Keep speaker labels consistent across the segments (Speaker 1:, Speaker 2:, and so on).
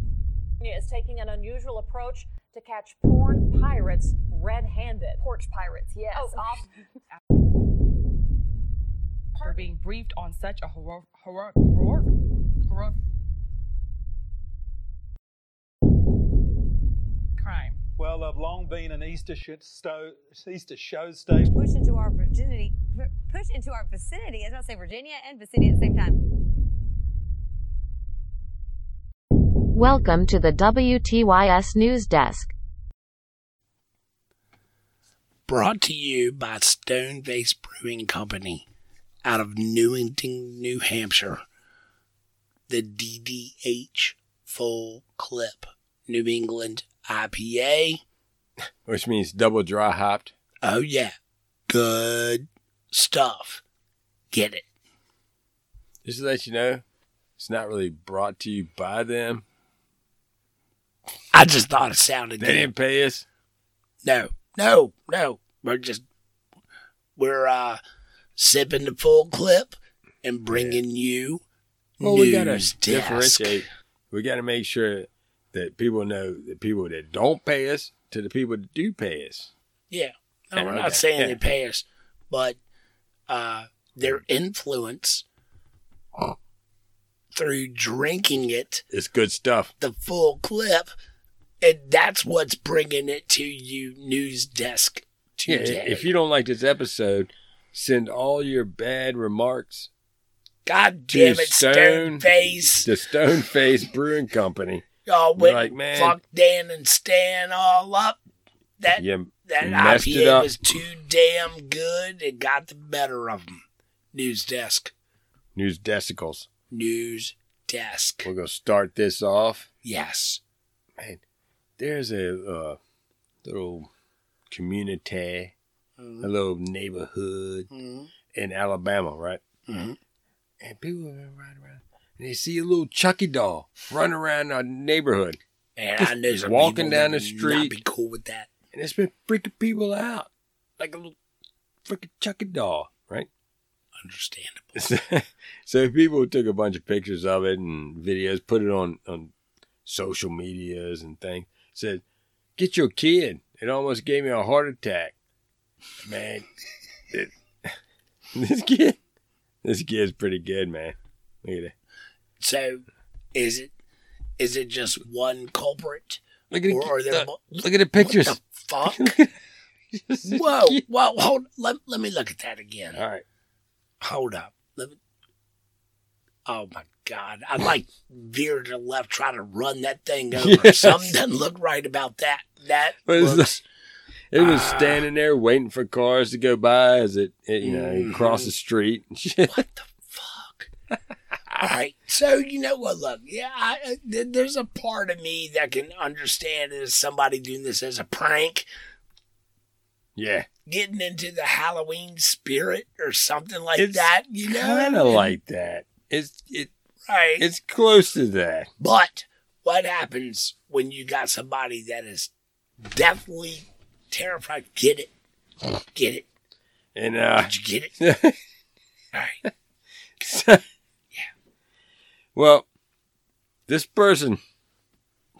Speaker 1: California is taking an unusual approach to catch porn pirates red-handed.
Speaker 2: Porch pirates, yes.
Speaker 1: Oh,
Speaker 2: off
Speaker 3: for being briefed on such a horror, horror, horror, horror crime.
Speaker 4: Well, I've long been an Easter shit sto- Easter show staple.
Speaker 5: Push into our virginity, push into our vicinity. I was about to say Virginia and vicinity at the same time.
Speaker 6: Welcome to the WTYS News Desk.
Speaker 7: Brought to you by Stonebase Brewing Company out of Newington, New Hampshire. The DDH Full Clip New England IPA.
Speaker 8: which means double dry hopped.
Speaker 7: Oh, yeah. Good stuff. Get it.
Speaker 8: Just to let you know, it's not really brought to you by them.
Speaker 7: I just thought it sounded
Speaker 8: They
Speaker 7: good.
Speaker 8: didn't pay us.
Speaker 7: No, no, no. We're just we're uh sipping the full clip and bringing you
Speaker 8: Well,
Speaker 7: news
Speaker 8: we gotta
Speaker 7: desk.
Speaker 8: differentiate. We gotta make sure that people know the people that don't pay us to the people that do pay us.
Speaker 7: Yeah, no,
Speaker 8: Yeah,
Speaker 7: we're
Speaker 8: okay.
Speaker 7: not saying
Speaker 8: Yeah.
Speaker 7: they pay us, but uh, their influence through drinking it
Speaker 8: It's good stuff.
Speaker 7: the full clip, and that's what's bringing it to you, news desk.
Speaker 8: Yeah,
Speaker 7: Today.
Speaker 8: if you don't like this episode, send all your bad remarks
Speaker 7: God
Speaker 8: to
Speaker 7: damn it,
Speaker 8: Stone-
Speaker 7: stone face.
Speaker 8: to Stoneface Brewing Company.
Speaker 7: Y'all
Speaker 8: You're
Speaker 7: went
Speaker 8: like,
Speaker 7: like,
Speaker 8: "Man."
Speaker 7: fucked Dan and Stan all up. That
Speaker 8: You
Speaker 7: that
Speaker 8: messed it
Speaker 7: IPA
Speaker 8: up.
Speaker 7: was too damn good. It got the better of them. News desk.
Speaker 8: News Desicles.
Speaker 7: News desk.
Speaker 8: We're gonna start this off.
Speaker 7: Yes.
Speaker 8: Man, there's a uh, little community, a little neighborhood
Speaker 7: Mm-hmm.
Speaker 8: in Alabama, right? And people are riding around, and they see a little Chucky doll running around our neighborhood,
Speaker 7: And I
Speaker 8: Just
Speaker 7: know some
Speaker 8: walking
Speaker 7: people
Speaker 8: down
Speaker 7: would
Speaker 8: the
Speaker 7: Not
Speaker 8: street.
Speaker 7: be cool with that.
Speaker 8: and it's been freaking people out, like a little freaking Chucky doll, right?
Speaker 7: Understandable.
Speaker 8: so people took a bunch of pictures of it and videos, put it on on social medias and things. Said, "Get your kid." It almost gave me a heart attack, man. it- this kid, this kid's pretty good, man. Look at that.
Speaker 7: So, is it is it just one culprit,
Speaker 8: Look at the,
Speaker 7: or are there?
Speaker 8: uh,
Speaker 7: mo-
Speaker 8: look at the pictures.
Speaker 7: What the fuck?
Speaker 8: This is
Speaker 7: whoa,
Speaker 8: cute.
Speaker 7: whoa, hold. Let, let me look at that again.
Speaker 8: All right,
Speaker 7: Hold up. Let me. Oh my God! I like veer to the left, try to run that thing over.
Speaker 8: Yes.
Speaker 7: Something doesn't look right about that. That
Speaker 8: But it's
Speaker 7: looks-
Speaker 8: it was
Speaker 7: Ah.
Speaker 8: standing there waiting for cars to go by as it, it you know
Speaker 7: Mhm.
Speaker 8: crossed the street and shit.
Speaker 7: what the fuck. All right, so you know what? Look, yeah, I, I- th- there's a part of me that can understand it as somebody doing this as a prank,
Speaker 8: Yeah,
Speaker 7: getting into the Halloween spirit or something like
Speaker 8: It's
Speaker 7: that. You know,
Speaker 8: kind of like that. It's it
Speaker 7: right?
Speaker 8: it's close to that.
Speaker 7: But what happens when you got somebody that is deathly terrified? Get it? Get it?
Speaker 8: And uh,
Speaker 7: Did you get it? All right.
Speaker 8: yeah. Well, this person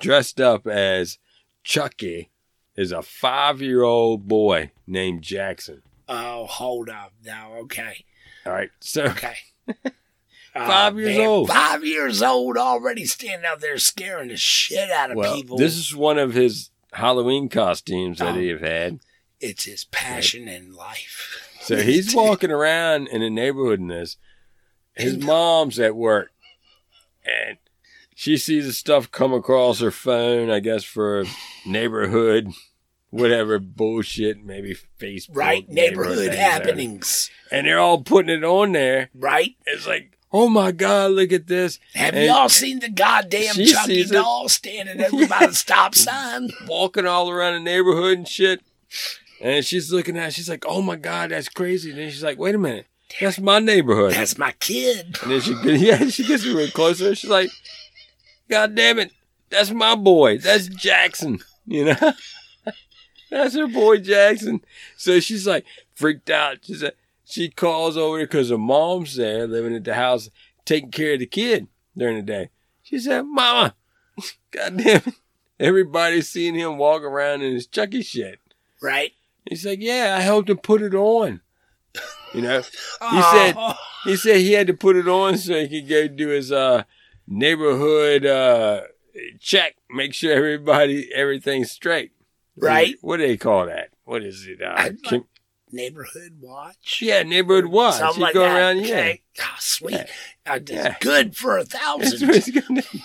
Speaker 8: dressed up as Chucky is a five-year-old boy named Jackson.
Speaker 7: Oh, hold up. Now, okay.
Speaker 8: All right, so
Speaker 7: Okay.
Speaker 8: Five
Speaker 7: Oh,
Speaker 8: years old.
Speaker 7: Five years old already standing out there scaring the shit out of
Speaker 8: well,
Speaker 7: people.
Speaker 8: this is one of his Halloween costumes that
Speaker 7: Oh.
Speaker 8: he have had.
Speaker 7: it's his passion in life.
Speaker 8: So he's walking around in the neighborhood in this. His mom's at work, and she sees the stuff come across her phone. I guess for neighborhood, whatever bullshit, maybe Facebook,
Speaker 7: right neighborhood
Speaker 8: things,
Speaker 7: happenings.
Speaker 8: and they're all putting it on there.
Speaker 7: Right?
Speaker 8: It's like, oh my god, look at this!
Speaker 7: Have
Speaker 8: And-
Speaker 7: y'all seen the goddamn
Speaker 8: She
Speaker 7: Chucky
Speaker 8: sees it.
Speaker 7: doll standing over by the stop sign?
Speaker 8: Walking all around the neighborhood and shit. And she's looking at, it, she's like, oh my god, that's crazy. And then she's like, wait a minute, that's my neighborhood.
Speaker 7: That's my kid.
Speaker 8: And then she get- yeah, she gets a little closer. She's like, God damn it, that's my boy. That's Jackson. You know? that's her boy Jackson. So she's like freaked out. She's like, she calls over because her mom's there living at the house taking care of the kid during the day. She said, Mama, God damn it. Everybody's seeing him walk around in his Chucky shit.
Speaker 7: right?
Speaker 8: He's like, yeah, I helped him put it on. You know, he said
Speaker 7: Oh.
Speaker 8: he said he had to put it on so he could go do his uh, neighborhood uh, check, make sure everybody everything's straight.
Speaker 7: Right.
Speaker 8: What do they call that? What is it? Uh,
Speaker 7: I'd
Speaker 8: com-
Speaker 7: neighborhood watch.
Speaker 8: yeah, neighborhood watch.
Speaker 7: Something
Speaker 8: you
Speaker 7: like
Speaker 8: go
Speaker 7: that.
Speaker 8: around, yeah.
Speaker 7: okay. Oh, sweet.
Speaker 8: Yeah.
Speaker 7: Uh, that's
Speaker 8: Yeah.
Speaker 7: good for a
Speaker 8: That's what
Speaker 7: thousand.
Speaker 8: he's gonna do.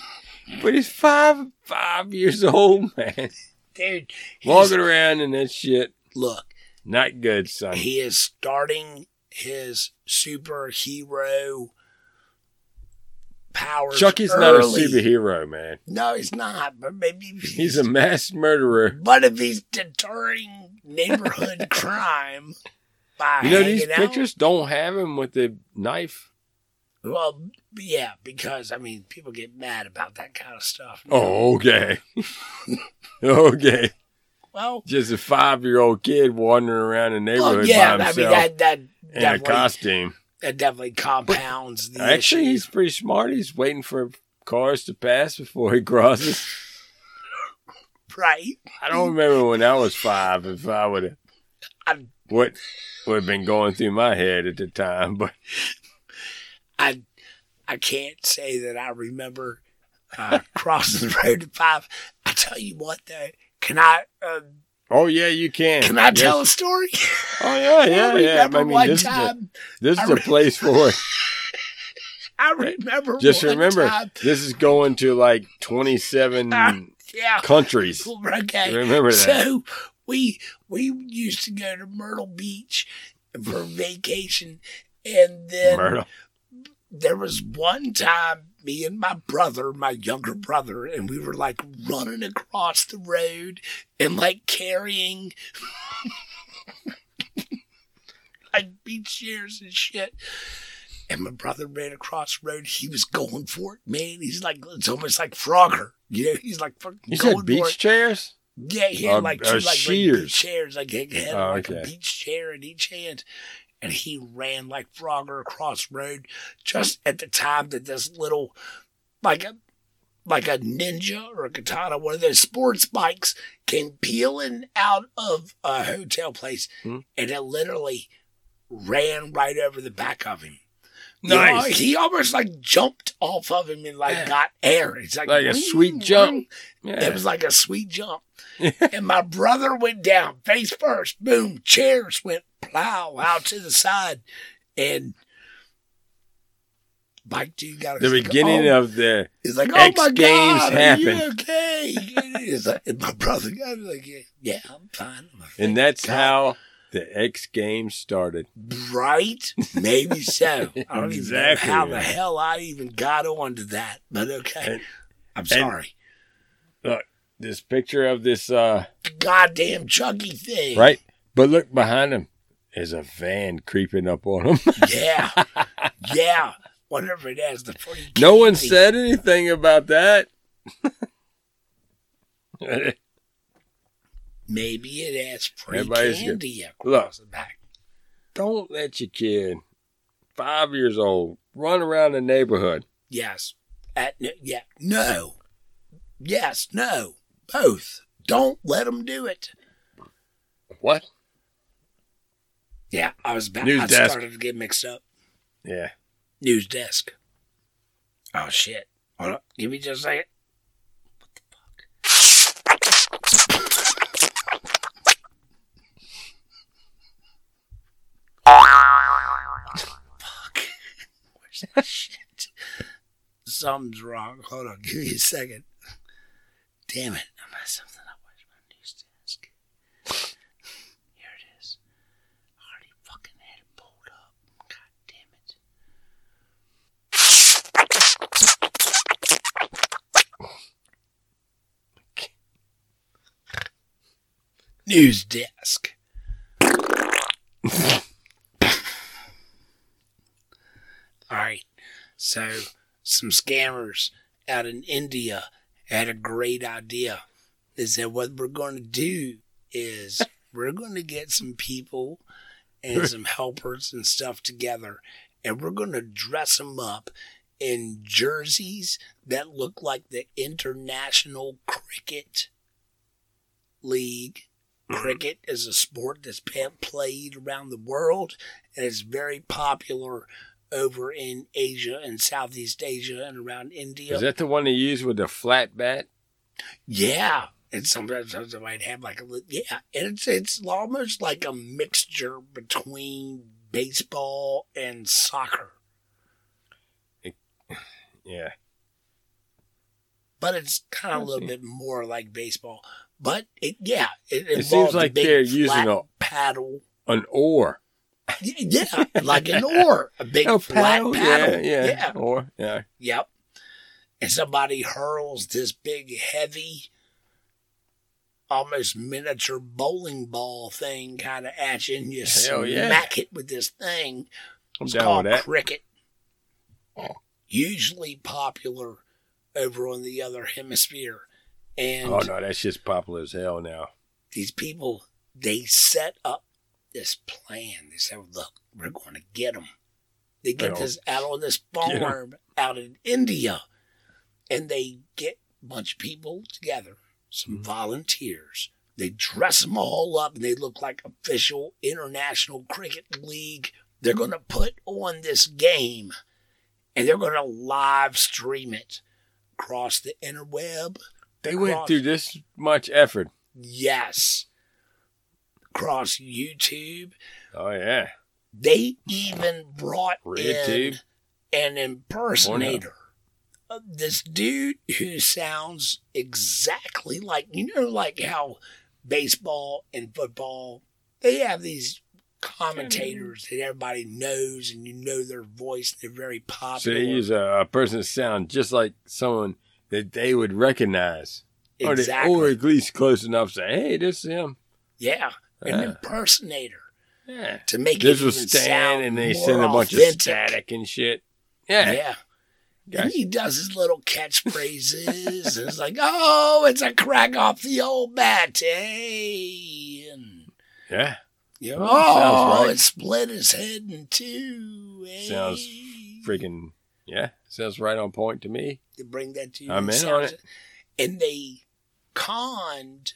Speaker 8: But he's five five years old, man.
Speaker 7: Dude, he's-
Speaker 8: Walking around in that shit.
Speaker 7: look,
Speaker 8: Not good, son.
Speaker 7: he is starting his superhero powers.
Speaker 8: Chucky's not a
Speaker 7: early.
Speaker 8: superhero, man.
Speaker 7: No, he's not. But maybe
Speaker 8: He's a mass murderer.
Speaker 7: What if he's deterring neighborhood crime by
Speaker 8: You know these
Speaker 7: hanging out?
Speaker 8: pictures don't have him with the knife.
Speaker 7: Well, yeah, because I mean, people get mad about that kind of stuff.
Speaker 8: Oh, okay. okay.
Speaker 7: well,
Speaker 8: Just a five year old kid wandering around the neighborhood
Speaker 7: well, yeah.
Speaker 8: by
Speaker 7: I mean,
Speaker 8: himself
Speaker 7: that that
Speaker 8: in a
Speaker 7: definitely,
Speaker 8: costume.
Speaker 7: that definitely compounds the
Speaker 8: Actually,
Speaker 7: issue.
Speaker 8: he's pretty smart. He's waiting for cars to pass before he crosses.
Speaker 7: right.
Speaker 8: I don't remember when I was five if I would have
Speaker 7: I'm-
Speaker 8: what would have been going through my head at the time, but
Speaker 7: I I can't say that I remember uh, crossing the road at five. I tell you what, though, can I uh,
Speaker 8: oh yeah, you can.
Speaker 7: can I
Speaker 8: Yes.
Speaker 7: tell a story?
Speaker 8: Oh yeah, yeah,
Speaker 7: I
Speaker 8: yeah.
Speaker 7: remember
Speaker 8: I mean,
Speaker 7: one
Speaker 8: this is
Speaker 7: time.
Speaker 8: a, this
Speaker 7: I
Speaker 8: is a
Speaker 7: re-
Speaker 8: place for it.
Speaker 7: I remember.
Speaker 8: Just
Speaker 7: one
Speaker 8: remember,
Speaker 7: time-
Speaker 8: this is going to like twenty seven
Speaker 7: Ah, yeah.
Speaker 8: countries.
Speaker 7: Okay.
Speaker 8: Remember that.
Speaker 7: So we we used to go to Myrtle Beach for vacation, and then
Speaker 8: Myrtle.
Speaker 7: there was one time me and my brother, my younger brother, and we were like running across the road and like carrying like beach chairs and shit. And my brother ran across the road. He was going for it, man. He's like it's almost like Frogger. You know, he's like fucking
Speaker 8: You
Speaker 7: going
Speaker 8: said
Speaker 7: for
Speaker 8: beach
Speaker 7: it.
Speaker 8: chairs?
Speaker 7: Yeah, he had
Speaker 8: Uh,
Speaker 7: like
Speaker 8: uh,
Speaker 7: two like, like
Speaker 8: shears.
Speaker 7: beach chairs, like he had
Speaker 8: Oh,
Speaker 7: like a
Speaker 8: okay.
Speaker 7: beach chair in each hand, and he ran like Frogger across the road just at the time that this little like a like a ninja or a katana, one of those sports bikes, came peeling out of a hotel place,
Speaker 8: Hmm.
Speaker 7: and it literally ran right over the back of him. You know,
Speaker 8: Nice.
Speaker 7: he almost like jumped off of him and like
Speaker 8: Yeah.
Speaker 7: got air. It's like
Speaker 8: Like a
Speaker 7: "Wing,
Speaker 8: sweet
Speaker 7: wing."
Speaker 8: jump. Yeah.
Speaker 7: It was like a sweet jump. and my brother went down face first. Boom. Chairs went plow out to the side. And Mike G got
Speaker 8: the beginning of the
Speaker 7: He's like, oh
Speaker 8: X
Speaker 7: my
Speaker 8: Games
Speaker 7: God, are you
Speaker 8: happened."
Speaker 7: okay? He's like, and my brother got like, yeah, yeah, I'm fine. I'm fine.
Speaker 8: and that's
Speaker 7: God.
Speaker 8: how the X Games started.
Speaker 7: Right? Maybe so. I don't even know
Speaker 8: Exactly.
Speaker 7: how the hell I even got onto that, but okay.
Speaker 8: And-
Speaker 7: I'm sorry.
Speaker 8: Look, this picture of this uh
Speaker 7: Goddamn Chucky thing.
Speaker 8: right? But look behind him. There's a van creeping up on him.
Speaker 7: Yeah. yeah. Wonder if it has the free
Speaker 8: no one
Speaker 7: candy.
Speaker 8: said anything about that. look,
Speaker 7: Maybe it has free
Speaker 8: Everybody's good.
Speaker 7: candy across the back.
Speaker 8: don't let your kid, five years old, run around the neighborhood.
Speaker 7: Yes. At, n- yeah. No. Yes. No. Both. Don't let them do it.
Speaker 8: What?
Speaker 7: Yeah. I was about.
Speaker 8: News
Speaker 7: I
Speaker 8: desk.
Speaker 7: started to get mixed up.
Speaker 8: Yeah.
Speaker 7: News desk. Oh shit. Hold up. Give me just a second. What the fuck? Fuck. Where's that shit? Something's wrong. Hold on. Give me a second. Damn it. I messed something up. Where's my news desk? Here it is. I already fucking had it pulled up. God damn it. News desk. All right. So, some scammers out in India had a great idea. They said, What we're going to do is we're going to get some people and some helpers and stuff together, and we're going to dress them up in jerseys that look like the International Cricket League.
Speaker 8: Mm-hmm.
Speaker 7: Cricket is a sport that's pa- played around the world and it's very popular over in Asia and Southeast Asia and around India.
Speaker 8: Is that the one they use with the flat bat?
Speaker 7: Yeah. And sometimes I might have like a li- yeah, and it's it's almost like a mixture between baseball and soccer,
Speaker 8: Yeah.
Speaker 7: but it's kind of a little bit more like baseball. But it yeah, it,
Speaker 8: seems
Speaker 7: involves a
Speaker 8: like
Speaker 7: big
Speaker 8: they're using
Speaker 7: flat
Speaker 8: a-
Speaker 7: paddle.
Speaker 8: An oar.
Speaker 7: Yeah, like an oar, a big flat paddle.
Speaker 8: Yeah, yeah.
Speaker 7: yeah,
Speaker 8: Oar. Yeah.
Speaker 7: Yep. And somebody hurls this big, heavy, almost miniature bowling ball thing kind of at you, and you
Speaker 8: Hell
Speaker 7: smack
Speaker 8: yeah.
Speaker 7: it with this thing.
Speaker 8: I'm
Speaker 7: It's
Speaker 8: down
Speaker 7: called
Speaker 8: with that.
Speaker 7: cricket. Usually popular over on the other hemisphere. And
Speaker 8: Oh no, that's just popular as hell now.
Speaker 7: these people, they set up this plan. They said, look, we're going to get them. They get
Speaker 8: Well,
Speaker 7: this out on this
Speaker 8: get 'em.
Speaker 7: farm out in India and they get a bunch of people together, some
Speaker 8: Mm-hmm.
Speaker 7: volunteers. They dress them all up and they look like official International Cricket League. They're going to put on this game and they're going to live stream it across the interweb.
Speaker 8: They went
Speaker 7: Cross-
Speaker 8: through this much effort.
Speaker 7: Yes. Across YouTube.
Speaker 8: Oh yeah.
Speaker 7: They even brought
Speaker 8: Red
Speaker 7: in
Speaker 8: tube.
Speaker 7: an impersonator. Uh, This dude who sounds exactly like, you know, like how baseball and football, they have these commentators that everybody knows and you know their voice. They're very
Speaker 8: So
Speaker 7: popular.
Speaker 8: they use a, a person that sound just like someone that they would recognize. Or they-
Speaker 7: exactly.
Speaker 8: Or, at least close enough to say, hey, this is him.
Speaker 7: yeah. An
Speaker 8: Ah.
Speaker 7: impersonator
Speaker 8: Yeah.
Speaker 7: to make
Speaker 8: This
Speaker 7: it
Speaker 8: was
Speaker 7: even
Speaker 8: Stan,
Speaker 7: sound
Speaker 8: and they
Speaker 7: more
Speaker 8: send a bunch
Speaker 7: authentic.
Speaker 8: of static and shit. Yeah.
Speaker 7: Yeah.
Speaker 8: Gotcha.
Speaker 7: And he does his little catchphrases. and it's like, oh, it's a crack off the old bat. Hey. And,
Speaker 8: Yeah.
Speaker 7: you know,
Speaker 8: Oh, sounds
Speaker 7: oh,
Speaker 8: right.
Speaker 7: it split his head in two. eh?" Hey.
Speaker 8: Sounds Freaking, yeah. Sounds right on point to me.
Speaker 7: They bring that to you.
Speaker 8: I'm
Speaker 7: it
Speaker 8: in on
Speaker 7: sounds- And they conned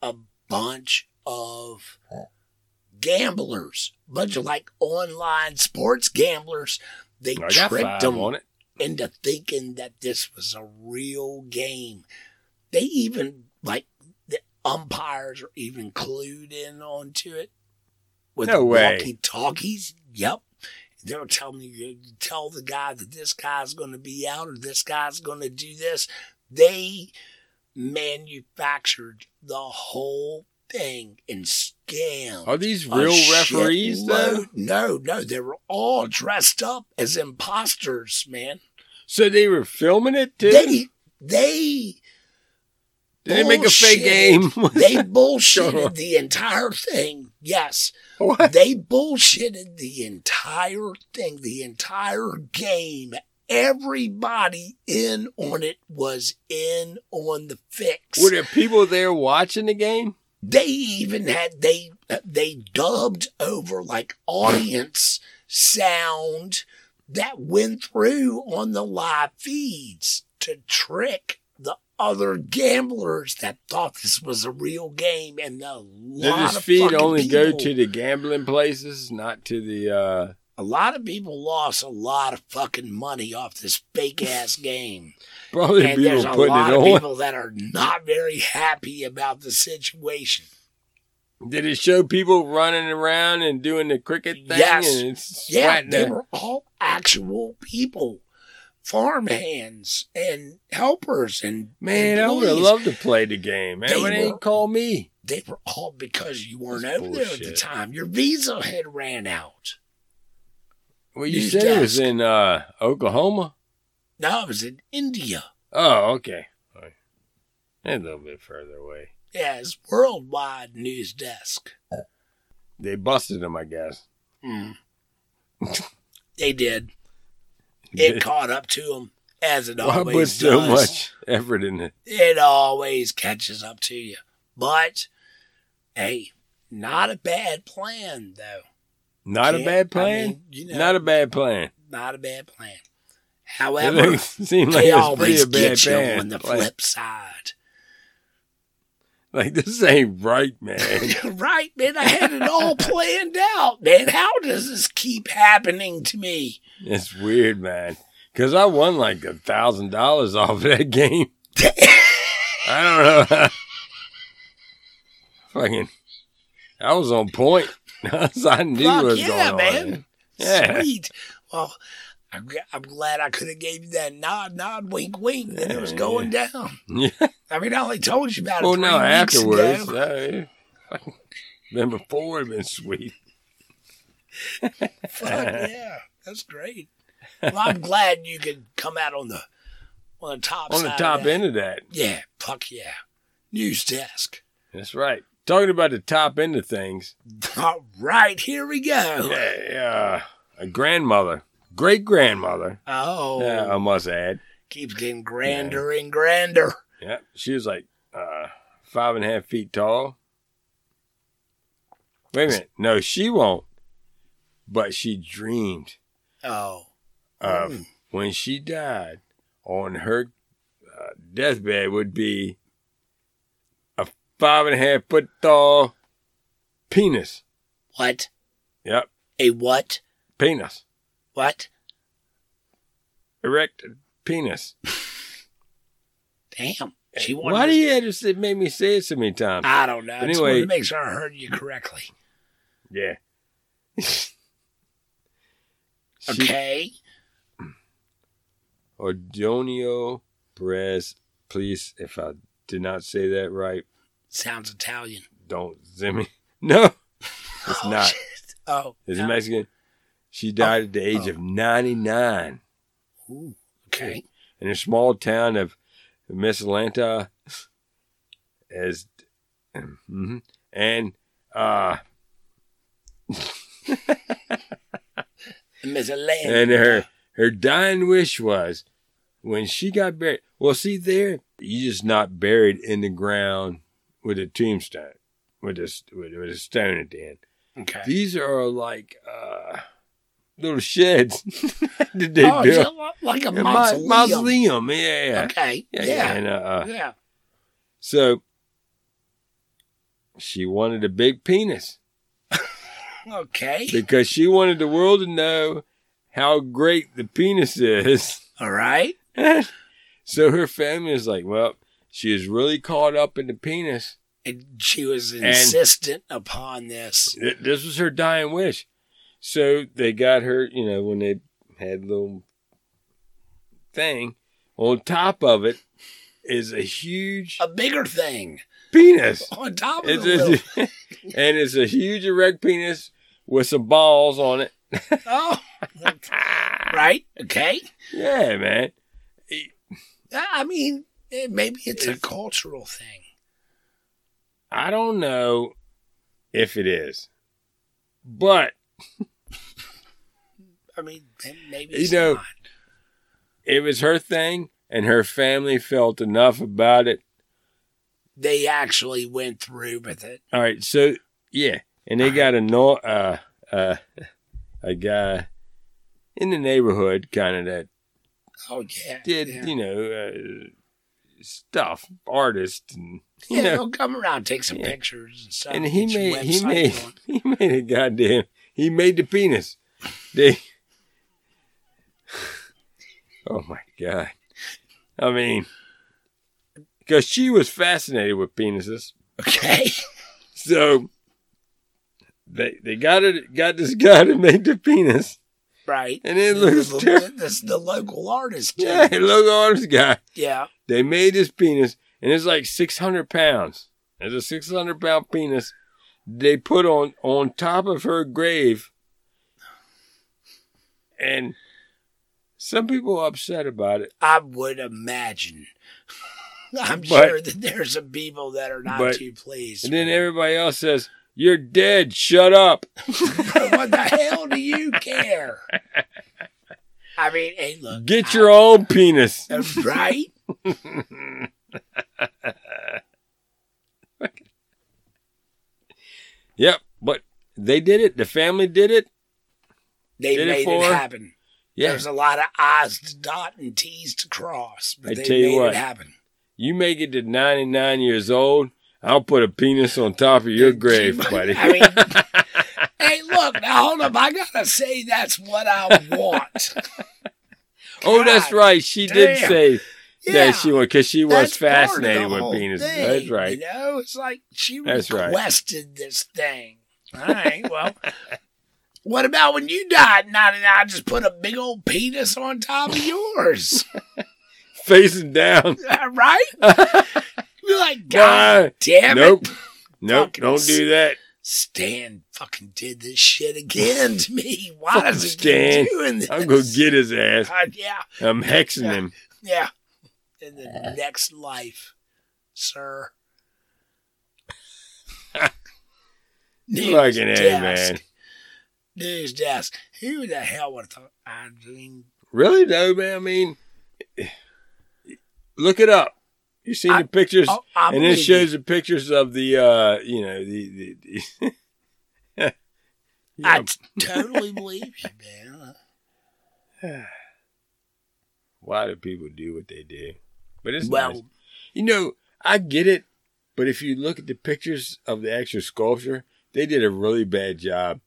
Speaker 7: a bunch of gamblers, bunch of like online sports gamblers. They
Speaker 8: I got
Speaker 7: tricked
Speaker 8: five
Speaker 7: them
Speaker 8: on it.
Speaker 7: into thinking that this was a real game. They even like the umpires are even clued in onto it with
Speaker 8: No way.
Speaker 7: walkie talkies. Yep. They'll tell me you tell the guy that this guy's gonna be out or this guy's gonna do this. They manufactured the whole thing and scammed.
Speaker 8: Are these
Speaker 7: a
Speaker 8: real referees, though?
Speaker 7: shitload- No, no, they were all dressed up as imposters, man.
Speaker 8: So they were filming it too?
Speaker 7: They they
Speaker 8: Did they make a fake
Speaker 7: bullshitted-
Speaker 8: game?
Speaker 7: they
Speaker 8: Sure.
Speaker 7: bullshitted the entire thing. Yes,
Speaker 8: what?
Speaker 7: they bullshitted the entire thing, the entire game. Everybody in on it was in on the fix.
Speaker 8: Were there people there watching the game?
Speaker 7: They even had they they dubbed over like audience sound that went through on the live feeds to trick the other gamblers that thought this was a real game and a
Speaker 8: Did
Speaker 7: lot
Speaker 8: this
Speaker 7: of
Speaker 8: feed
Speaker 7: fucking
Speaker 8: only
Speaker 7: people,
Speaker 8: go to the gambling places, not to the uh
Speaker 7: a lot of people lost a lot of fucking money off this fake ass game
Speaker 8: probably
Speaker 7: and
Speaker 8: people
Speaker 7: there's a
Speaker 8: putting it
Speaker 7: lot of
Speaker 8: on?
Speaker 7: people that are not very happy about the situation
Speaker 8: Did it show people running around and doing the cricket thing?
Speaker 7: Yes.
Speaker 8: And it's
Speaker 7: Yeah,
Speaker 8: swatting
Speaker 7: they
Speaker 8: the-
Speaker 7: were all actual people, farmhands and helpers and
Speaker 8: Man, I would have
Speaker 7: employees.
Speaker 8: loved to play the game. Man,
Speaker 7: They
Speaker 8: why they
Speaker 7: were-
Speaker 8: didn't call me?
Speaker 7: They were all because you weren't
Speaker 8: That's
Speaker 7: over there at
Speaker 8: bullshit.
Speaker 7: the time. Your visa had ran out.
Speaker 8: Well, you
Speaker 7: News
Speaker 8: said it was
Speaker 7: desk.
Speaker 8: in uh Oklahoma.
Speaker 7: No, it was in India.
Speaker 8: Oh, okay. All right. A little bit further away.
Speaker 7: Yeah, it's worldwide news desk.
Speaker 8: They busted them, I guess. Hmm.
Speaker 7: Mm. they did. It caught up to them as it
Speaker 8: Why
Speaker 7: always does.
Speaker 8: put so much effort in it?
Speaker 7: it always catches up to you. But hey, not a bad plan though.
Speaker 8: Not a
Speaker 7: Can't-
Speaker 8: bad
Speaker 7: I
Speaker 8: plan.
Speaker 7: mean, you know,
Speaker 8: Not a bad plan.
Speaker 7: not a bad plan. However,
Speaker 8: seems like
Speaker 7: they
Speaker 8: it's
Speaker 7: always
Speaker 8: pretty bad
Speaker 7: get you
Speaker 8: band.
Speaker 7: on the
Speaker 8: Like-
Speaker 7: flip side.
Speaker 8: Like, this ain't right, man.
Speaker 7: You're right, man. I had it all planned out, man. How does this keep happening to me?
Speaker 8: it's weird, man. Because I won like a thousand dollars off that game. I don't know. how- Fucking, I was on point. I knew
Speaker 7: Fuck
Speaker 8: what was
Speaker 7: yeah,
Speaker 8: going
Speaker 7: man.
Speaker 8: on. Man. Yeah.
Speaker 7: Sweet. Well, I'm, g- I'm glad I could have gave you that nod, nod, wink, wink, that it was
Speaker 8: Yeah,
Speaker 7: going down.
Speaker 8: Yeah.
Speaker 7: I mean, I only told you about it.
Speaker 8: Well,
Speaker 7: three
Speaker 8: no,
Speaker 7: weeks
Speaker 8: afterwards.
Speaker 7: ago.
Speaker 8: I, been before, it'd been sweet.
Speaker 7: Fuck yeah, that's great. Well, I'm glad you could come out on the on the top
Speaker 8: On the
Speaker 7: side of
Speaker 8: top
Speaker 7: that.
Speaker 8: end of that.
Speaker 7: Yeah, fuck yeah. News desk.
Speaker 8: That's right. Talking about the top end of things.
Speaker 7: All right, here we go.
Speaker 8: Yeah, uh, a grandmother, great grandmother.
Speaker 7: Oh,
Speaker 8: Yeah, I must add.
Speaker 7: keeps getting grander and grander.
Speaker 8: Yeah, she was like uh, five and a half feet tall. Wait a minute. No, she won't. But she dreamed
Speaker 7: Oh,
Speaker 8: of
Speaker 7: Mm.
Speaker 8: when she died on her uh, deathbed would be a five and a half foot tall penis.
Speaker 7: what?
Speaker 8: Yep,
Speaker 7: A what?
Speaker 8: penis.
Speaker 7: What?
Speaker 8: Erect penis.
Speaker 7: Damn. She wanted.
Speaker 8: Why do you have to say- make me say it so many times?
Speaker 7: I don't know.
Speaker 8: But
Speaker 7: Just wanted to
Speaker 8: anyway-
Speaker 7: make sure I heard you correctly.
Speaker 8: Yeah. She-
Speaker 7: Okay.
Speaker 8: Ordonio Perez, please, if I did not say that right,
Speaker 7: Sounds Italian.
Speaker 8: don't zim me. No, it's not.
Speaker 7: shit. Oh,
Speaker 8: It's
Speaker 7: no. Oh.
Speaker 8: Mexican. She died at the age of 99
Speaker 7: Ooh, okay.
Speaker 8: in a small town of Mesalanta. As, mhm. and uh,
Speaker 7: Miss
Speaker 8: and
Speaker 7: Elaine.
Speaker 8: her her dying wish was when she got buried. Well, see there, you just not buried in the ground with a tombstone, with a with, with a stone at the end.
Speaker 7: Okay. Oh,
Speaker 8: These are like uh, little sheds that they
Speaker 7: Oh,
Speaker 8: built.
Speaker 7: so like a
Speaker 8: Yeah, mo-
Speaker 7: mausoleum.
Speaker 8: mausoleum, yeah, yeah,
Speaker 7: Okay.
Speaker 8: yeah,
Speaker 7: Yeah.
Speaker 8: yeah.
Speaker 7: Yeah.
Speaker 8: And, uh, uh, so she wanted a big penis
Speaker 7: Okay.
Speaker 8: because she wanted the world to know how great the penis is.
Speaker 7: All right.
Speaker 8: so her family is like, well, she is really caught up in the penis.
Speaker 7: And she was insistent upon this.
Speaker 8: Th- This was her dying wish. So they got her, you know, when they had a little thing on top of it is a huge
Speaker 7: A bigger thing
Speaker 8: penis.
Speaker 7: on top of
Speaker 8: It's
Speaker 7: the little.
Speaker 8: a, and it's a huge erect penis with some balls on it.
Speaker 7: Oh. right. Okay.
Speaker 8: Yeah, man.
Speaker 7: I I mean, eh, maybe it's a cultural thing.
Speaker 8: I don't know if it is, but
Speaker 7: I mean, eh, maybe
Speaker 8: You
Speaker 7: it's
Speaker 8: know,
Speaker 7: not.
Speaker 8: it was her thing, and her family felt enough about it.
Speaker 7: They actually went through with it.
Speaker 8: All right, so yeah, and they got a no, uh, uh, a guy in the neighborhood, kind of that
Speaker 7: Oh yeah.
Speaker 8: did
Speaker 7: yeah.
Speaker 8: you know uh, stuff, artist, and you
Speaker 7: yeah,
Speaker 8: know,
Speaker 7: they'll come around, take some
Speaker 8: Yeah.
Speaker 7: pictures and stuff.
Speaker 8: and he
Speaker 7: get your
Speaker 8: made he
Speaker 7: website
Speaker 8: made
Speaker 7: going.
Speaker 8: he made a goddamn he made the penis. They, oh my god! I mean, because she was fascinated with penises,
Speaker 7: Okay.
Speaker 8: so they they got it got this guy to make the penis,
Speaker 7: Right.
Speaker 8: and it
Speaker 7: The-
Speaker 8: looks
Speaker 7: the-
Speaker 8: terrible.
Speaker 7: That's the local artist.
Speaker 8: Yeah, look arms guy.
Speaker 7: Yeah.
Speaker 8: They made this penis, and it's like six hundred pounds. It's a six hundred pound penis. They put on on top of her grave, and some people are upset about it.
Speaker 7: I would imagine. I'm
Speaker 8: But-
Speaker 7: sure that there's some people that are not
Speaker 8: but-
Speaker 7: too pleased.
Speaker 8: And then everybody else says, "You're dead. Shut up."
Speaker 7: But what the hell do you care? I mean, hey, look.
Speaker 8: Get
Speaker 7: I-
Speaker 8: your own penis.
Speaker 7: Right?
Speaker 8: Yep, but they did it. The family did it.
Speaker 7: They
Speaker 8: Did it
Speaker 7: made it,
Speaker 8: for-
Speaker 7: happen. There
Speaker 8: Yeah.
Speaker 7: was a lot of I's to dot and T's to cross, but
Speaker 8: I
Speaker 7: they
Speaker 8: tell you
Speaker 7: made
Speaker 8: what.
Speaker 7: it happen.
Speaker 8: You make it to 99 years old, I'll put a penis on top of your grave, buddy.
Speaker 7: I mean, hey, look, now hold up. I gotta say, that's what I want.
Speaker 8: oh, that's
Speaker 7: God
Speaker 8: right. She did
Speaker 7: damn.
Speaker 8: say
Speaker 7: Yeah.
Speaker 8: that she was, because she
Speaker 7: That's
Speaker 8: was
Speaker 7: part of the
Speaker 8: fascinated with
Speaker 7: whole
Speaker 8: penises.
Speaker 7: thing,
Speaker 8: That's right.
Speaker 7: You know, it's like she
Speaker 8: That's right.
Speaker 7: requested this thing. All right, well, what about when you died? Not and I just put a big old penis on top of yours,
Speaker 8: Facing down.
Speaker 7: right? You're like, God
Speaker 8: Nah.
Speaker 7: damn it,
Speaker 8: nope. Nope.
Speaker 7: Fucking
Speaker 8: Don't do that.
Speaker 7: Stan fucking did this shit again to me. Why does he
Speaker 8: Stan.
Speaker 7: keep doing this?
Speaker 8: I'm going to get his ass.
Speaker 7: God, yeah,
Speaker 8: I'm hexing him.
Speaker 7: yeah. In the next life, sir.
Speaker 8: Fucking A, man.
Speaker 7: News desk. Who the hell would have thought? I mean,
Speaker 8: Really though, man. I mean, look it up. You seen
Speaker 7: I-
Speaker 8: the pictures,
Speaker 7: oh, I
Speaker 8: and it
Speaker 7: believe
Speaker 8: shows the pictures of the, uh, you know, the. the, the
Speaker 7: I
Speaker 8: Yeah,
Speaker 7: t- totally believe you, man.
Speaker 8: why do people do what they do? But it's
Speaker 7: Well-
Speaker 8: nice. You know, I get it, but if you look at the pictures of the actual sculpture, they did a really bad job.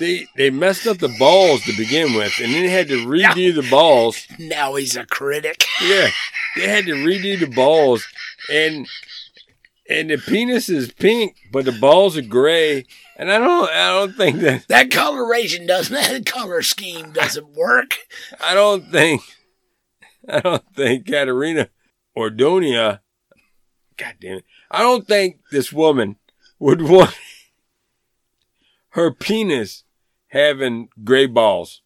Speaker 8: They they messed up the balls to begin with, and then they had to redo the balls.
Speaker 7: Now he's a critic.
Speaker 8: Yeah, they had to redo the balls, and and the penis is pink, but the balls are gray. And I don't, I don't think that,
Speaker 7: That coloration doesn't. That color scheme doesn't work.
Speaker 8: I don't think, I don't think Katerina Ordonia, God damn it, I don't think this woman would want her penis having gray balls.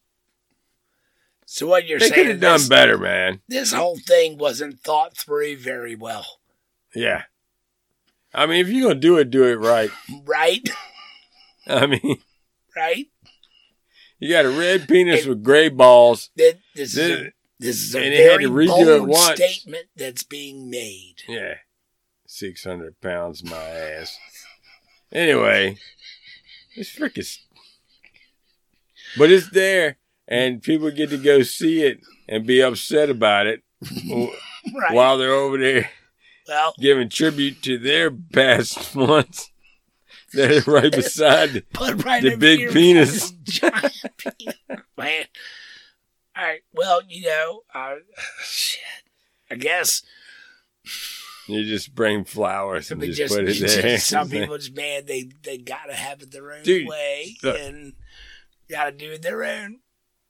Speaker 7: So what you're
Speaker 8: They could
Speaker 7: saying?
Speaker 8: have done
Speaker 7: this-
Speaker 8: better, man.
Speaker 7: This whole thing wasn't thought through very well,
Speaker 8: Yeah, I mean, if you're gonna do it, do it right.
Speaker 7: right?
Speaker 8: I mean.
Speaker 7: Right?
Speaker 8: You got a red penis with gray balls.
Speaker 7: That this is
Speaker 8: This-
Speaker 7: a, this is a
Speaker 8: and they had
Speaker 7: very
Speaker 8: to redo it
Speaker 7: bold
Speaker 8: once.
Speaker 7: statement that's being made.
Speaker 8: Yeah. 600 pounds, my ass. Anyway, it's freaking. But it's there, and people get to go see it and be upset about it w-
Speaker 7: Right.
Speaker 8: while they're over there
Speaker 7: well,
Speaker 8: giving tribute to their past ones. They're right beside the-
Speaker 7: put right
Speaker 8: the
Speaker 7: over
Speaker 8: big
Speaker 7: here,
Speaker 8: penis.
Speaker 7: giant penis, man. All right. Well, you know, uh, shit. I guess
Speaker 8: You just bring flowers and
Speaker 7: we
Speaker 8: just,
Speaker 7: just,
Speaker 8: put it there.
Speaker 7: some people just man, they they gotta have it their own
Speaker 8: Dude,
Speaker 7: way
Speaker 8: look.
Speaker 7: and gotta do it their own.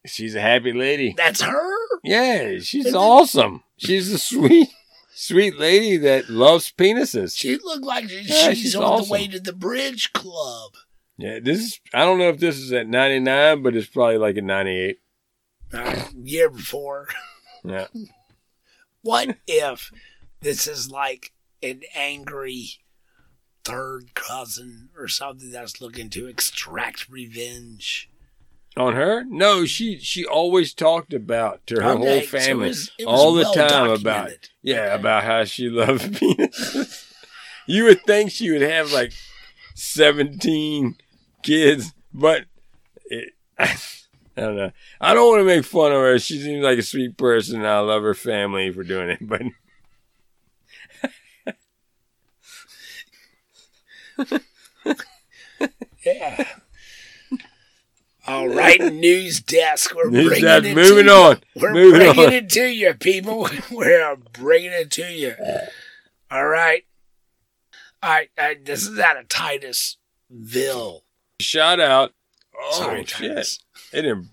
Speaker 8: She's a happy lady.
Speaker 7: That's her.
Speaker 8: Yeah, she's
Speaker 7: Isn't-
Speaker 8: awesome. She's a sweet, sweet lady that loves penises.
Speaker 7: She looked like
Speaker 8: Yeah,
Speaker 7: she's,
Speaker 8: she's
Speaker 7: on
Speaker 8: awesome.
Speaker 7: the way to the bridge club.
Speaker 8: Yeah, this is, I don't know if this is at 99, but it's probably like a 98.
Speaker 7: Uh, year before.
Speaker 8: Yeah.
Speaker 7: What if this is like an angry third cousin or something that's looking to extract revenge?
Speaker 8: On her? No, she she always talked about to her
Speaker 7: Okay,
Speaker 8: whole
Speaker 7: so it
Speaker 8: family
Speaker 7: was- it was
Speaker 8: all the
Speaker 7: well
Speaker 8: time about
Speaker 7: documented.
Speaker 8: yeah about how she loved penises. you would think she would have like seventeen kids, but it, I don't know. I don't want to make fun of her. She seems like a sweet person. and I love her family for doing it, but
Speaker 7: Yeah. all right, news desk. We're bringing
Speaker 8: that's
Speaker 7: it
Speaker 8: moving
Speaker 7: to
Speaker 8: on.
Speaker 7: You. We're
Speaker 8: moving
Speaker 7: bringing
Speaker 8: on.
Speaker 7: it to you, people. We're bringing it to you. All right. All right. uh, this is out of Titusville.
Speaker 8: Shout out. Oh
Speaker 7: Sorry,
Speaker 8: shit!
Speaker 7: Titus.
Speaker 8: It didn't-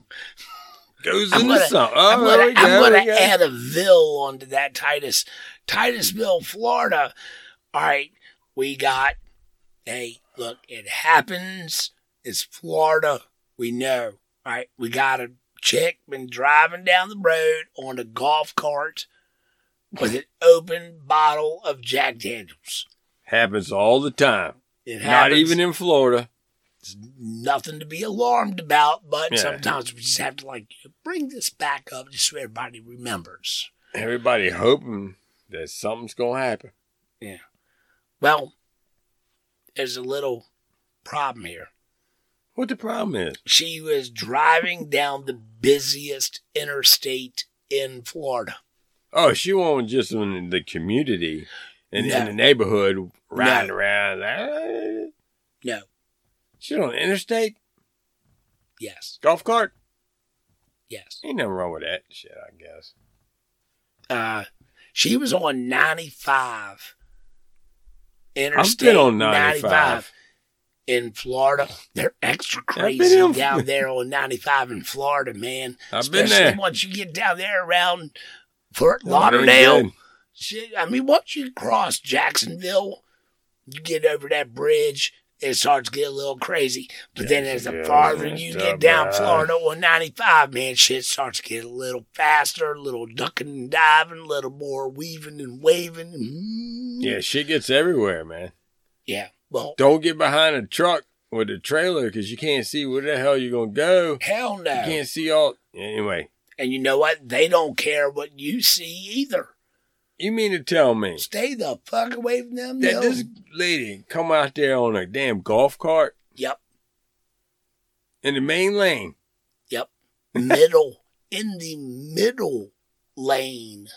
Speaker 8: goes
Speaker 7: I'm
Speaker 8: into
Speaker 7: gonna-
Speaker 8: something.
Speaker 7: I'm
Speaker 8: Oh, there
Speaker 7: gonna,
Speaker 8: we go,
Speaker 7: I'm
Speaker 8: there
Speaker 7: gonna
Speaker 8: we go.
Speaker 7: add a Ville onto that Titus, Titusville, Florida. All right, we got. Hey, look, it happens. It's Florida. We know. All right, we got a chick been driving down the road on a golf cart with an open bottle of Jack Daniels.
Speaker 8: happens all the time.
Speaker 7: It
Speaker 8: Not
Speaker 7: happens.
Speaker 8: even in Florida.
Speaker 7: nothing to be alarmed about, but
Speaker 8: Yeah.
Speaker 7: sometimes we just have to like bring this back up just so everybody remembers.
Speaker 8: Everybody hoping that something's gonna happen.
Speaker 7: Well, there's a little problem here.
Speaker 8: What the problem is?
Speaker 7: She was driving down the busiest interstate in Florida.
Speaker 8: Oh, she wasn't just in the community and in
Speaker 7: No.
Speaker 8: the neighborhood riding
Speaker 7: No.
Speaker 8: around. Ah,
Speaker 7: No.
Speaker 8: She's on the interstate
Speaker 7: Yes.
Speaker 8: golf cart.
Speaker 7: Yes.
Speaker 8: Ain't nothing wrong with that shit, I guess.
Speaker 7: Uh, she was on 95.
Speaker 8: I've
Speaker 7: Interstate
Speaker 8: been on 95.
Speaker 7: in Florida. They're extra
Speaker 8: I've been
Speaker 7: crazy
Speaker 8: on-
Speaker 7: down there on 95 in Florida, man.
Speaker 8: I've been
Speaker 7: Especially
Speaker 8: there.
Speaker 7: once you get down there around Fort
Speaker 8: Ain't
Speaker 7: Lauderdale.
Speaker 8: good.
Speaker 7: Shit, I mean, once you cross Jacksonville, you get over that bridge, it starts to get a little crazy. But then as the
Speaker 8: Jacksonville,
Speaker 7: farther you
Speaker 8: messed
Speaker 7: get
Speaker 8: up,
Speaker 7: down
Speaker 8: man.
Speaker 7: Florida on 95, man, shit starts to get a little faster, a little ducking and diving, a little more weaving and waving. Mm.
Speaker 8: Yeah, shit gets everywhere, man.
Speaker 7: Yeah. Well,
Speaker 8: Don't get behind a truck with a trailer because you can't see where the hell you're going to go.
Speaker 7: hell no.
Speaker 8: You can't see all. Anyway,
Speaker 7: And you know what? They don't care what you see either.
Speaker 8: you mean to tell me
Speaker 7: Stay the fuck away from them.
Speaker 8: that
Speaker 7: they'll-
Speaker 8: this lady come out there on a damn golf cart
Speaker 7: Yep.
Speaker 8: in the main lane?
Speaker 7: Yep. Middle in the middle lane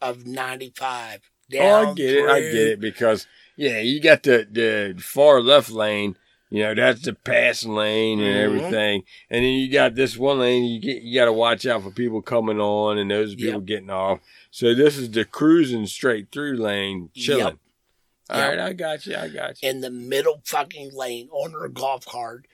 Speaker 7: of 95. Down
Speaker 8: oh, I get it. I
Speaker 7: through-
Speaker 8: get it because yeah, you got the the far left lane. You know that's the passing lane and
Speaker 7: Mhm.
Speaker 8: everything, and then you got this one lane. You get you got to watch out for people coming on and those people
Speaker 7: Yep.
Speaker 8: getting off. So this is the cruising straight through lane, chilling.
Speaker 7: Yep.
Speaker 8: All
Speaker 7: Yep.
Speaker 8: right, I got you. I got you.
Speaker 7: In the middle fucking lane on her golf cart,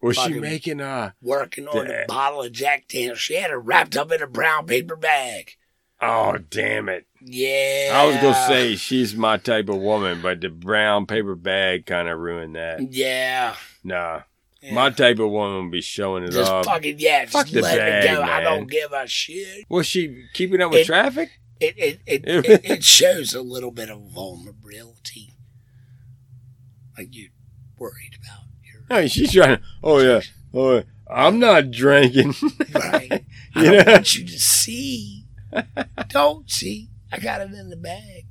Speaker 8: Was she
Speaker 7: fucking-
Speaker 8: making uh
Speaker 7: working on
Speaker 8: Yeah.
Speaker 7: a bottle of Jack Daniels. She had it wrapped up in a brown paper bag.
Speaker 8: Oh damn it!
Speaker 7: Yeah.
Speaker 8: I was gonna say she's my type of woman, but the brown paper bag kind of ruined that.
Speaker 7: Yeah.
Speaker 8: Nah,
Speaker 7: yeah.
Speaker 8: my type of woman would be showing it
Speaker 7: just
Speaker 8: off.
Speaker 7: fucking yeah,
Speaker 8: fuck
Speaker 7: just
Speaker 8: the
Speaker 7: let
Speaker 8: bag,
Speaker 7: it go. I
Speaker 8: man.
Speaker 7: don't give a shit.
Speaker 8: Was she keeping up with
Speaker 7: It-
Speaker 8: traffic?
Speaker 7: It it it, it, it shows a little bit of vulnerability. Like you worried about your
Speaker 8: Hey, she's trying to. Oh yeah. Oh, yeah. I'm not drinking.
Speaker 7: Right. I
Speaker 8: You
Speaker 7: don't
Speaker 8: know?
Speaker 7: want you to see. Don't see. I got it in the bag.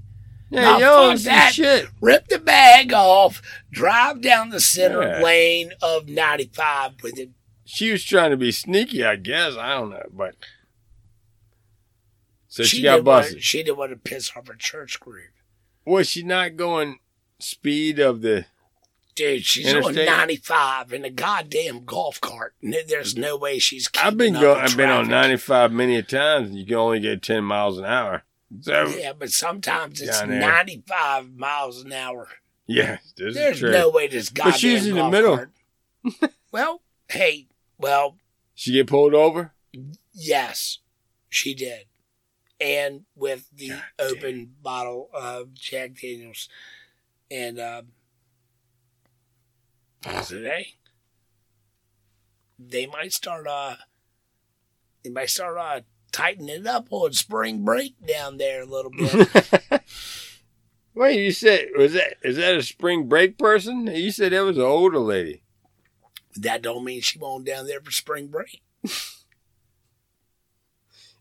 Speaker 8: Yeah,
Speaker 7: Nah,
Speaker 8: you don't
Speaker 7: fuck
Speaker 8: see
Speaker 7: that.
Speaker 8: shit.
Speaker 7: Rip the bag off. Drive down the center
Speaker 8: Yeah.
Speaker 7: lane of 95 with it.
Speaker 8: She was trying to be sneaky, I guess. I don't know, but so she, got
Speaker 7: didn't wanna-
Speaker 8: busted.
Speaker 7: she didn't want to piss off her church group.
Speaker 8: Was she not going speed of the?
Speaker 7: Dude, she's
Speaker 8: Interstate?
Speaker 7: on 95 in a goddamn golf cart. and there- There's no way she's.
Speaker 8: I've been
Speaker 7: keeping up
Speaker 8: going.
Speaker 7: with
Speaker 8: I've been on
Speaker 7: traffic.
Speaker 8: 95 many a times, and you can only get 10 miles an hour. So yeah,
Speaker 7: Yeah, but sometimes it's
Speaker 8: Down there.
Speaker 7: 95 miles an hour.
Speaker 8: this is
Speaker 7: There's
Speaker 8: true.
Speaker 7: no way this goddamn.
Speaker 8: But she's in the
Speaker 7: golf
Speaker 8: middle.
Speaker 7: cart- well, hey, well,
Speaker 8: she get pulled over.
Speaker 7: Yes, she did. And with the
Speaker 8: God damn.
Speaker 7: open bottle of Jack Daniels. And um today they might start uh they might start uh tightening it up on spring break down there a little bit.
Speaker 8: Wait, you said was that is that a spring break person? You said that was an older lady.
Speaker 7: that don't mean she won't down there for spring break.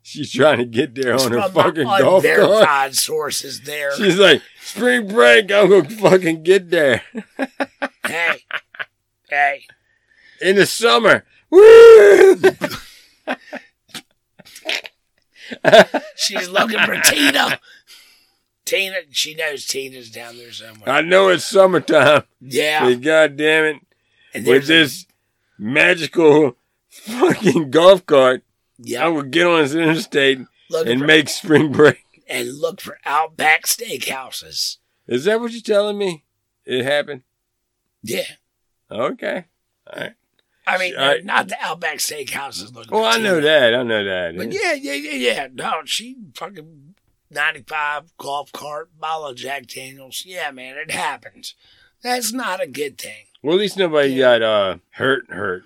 Speaker 8: She's trying to get there on her
Speaker 7: From my
Speaker 8: fucking golf cart.
Speaker 7: unverified sources there.
Speaker 8: She's like, spring break, I'm gonna fucking get there
Speaker 7: hey, hey.
Speaker 8: in the summer. Woo!
Speaker 7: She's looking for Tina. Tina, she knows Tina's down there somewhere.
Speaker 8: I know it's summertime,
Speaker 7: yeah.
Speaker 8: but god damn it,
Speaker 7: And
Speaker 8: with
Speaker 7: there's a-
Speaker 8: this magical fucking golf cart, I
Speaker 7: yeah,
Speaker 8: will get on this interstate
Speaker 7: looking
Speaker 8: and
Speaker 7: for,
Speaker 8: make spring break.
Speaker 7: and look for Outback Steakhouses.
Speaker 8: Is that what you're telling me? It happened?
Speaker 7: Yeah.
Speaker 8: Okay. All right.
Speaker 7: I mean,
Speaker 8: All right.
Speaker 7: not the Outback Steakhouses. Looking
Speaker 8: Well,
Speaker 7: for
Speaker 8: I know
Speaker 7: Tina.
Speaker 8: that. I know that.
Speaker 7: But yeah, yeah, yeah, yeah. No, she fucking 95 golf cart, bottle of Jack Daniels. Yeah, man, it happens. That's not a good thing.
Speaker 8: Well, at least nobody got uh, hurt. Hurt.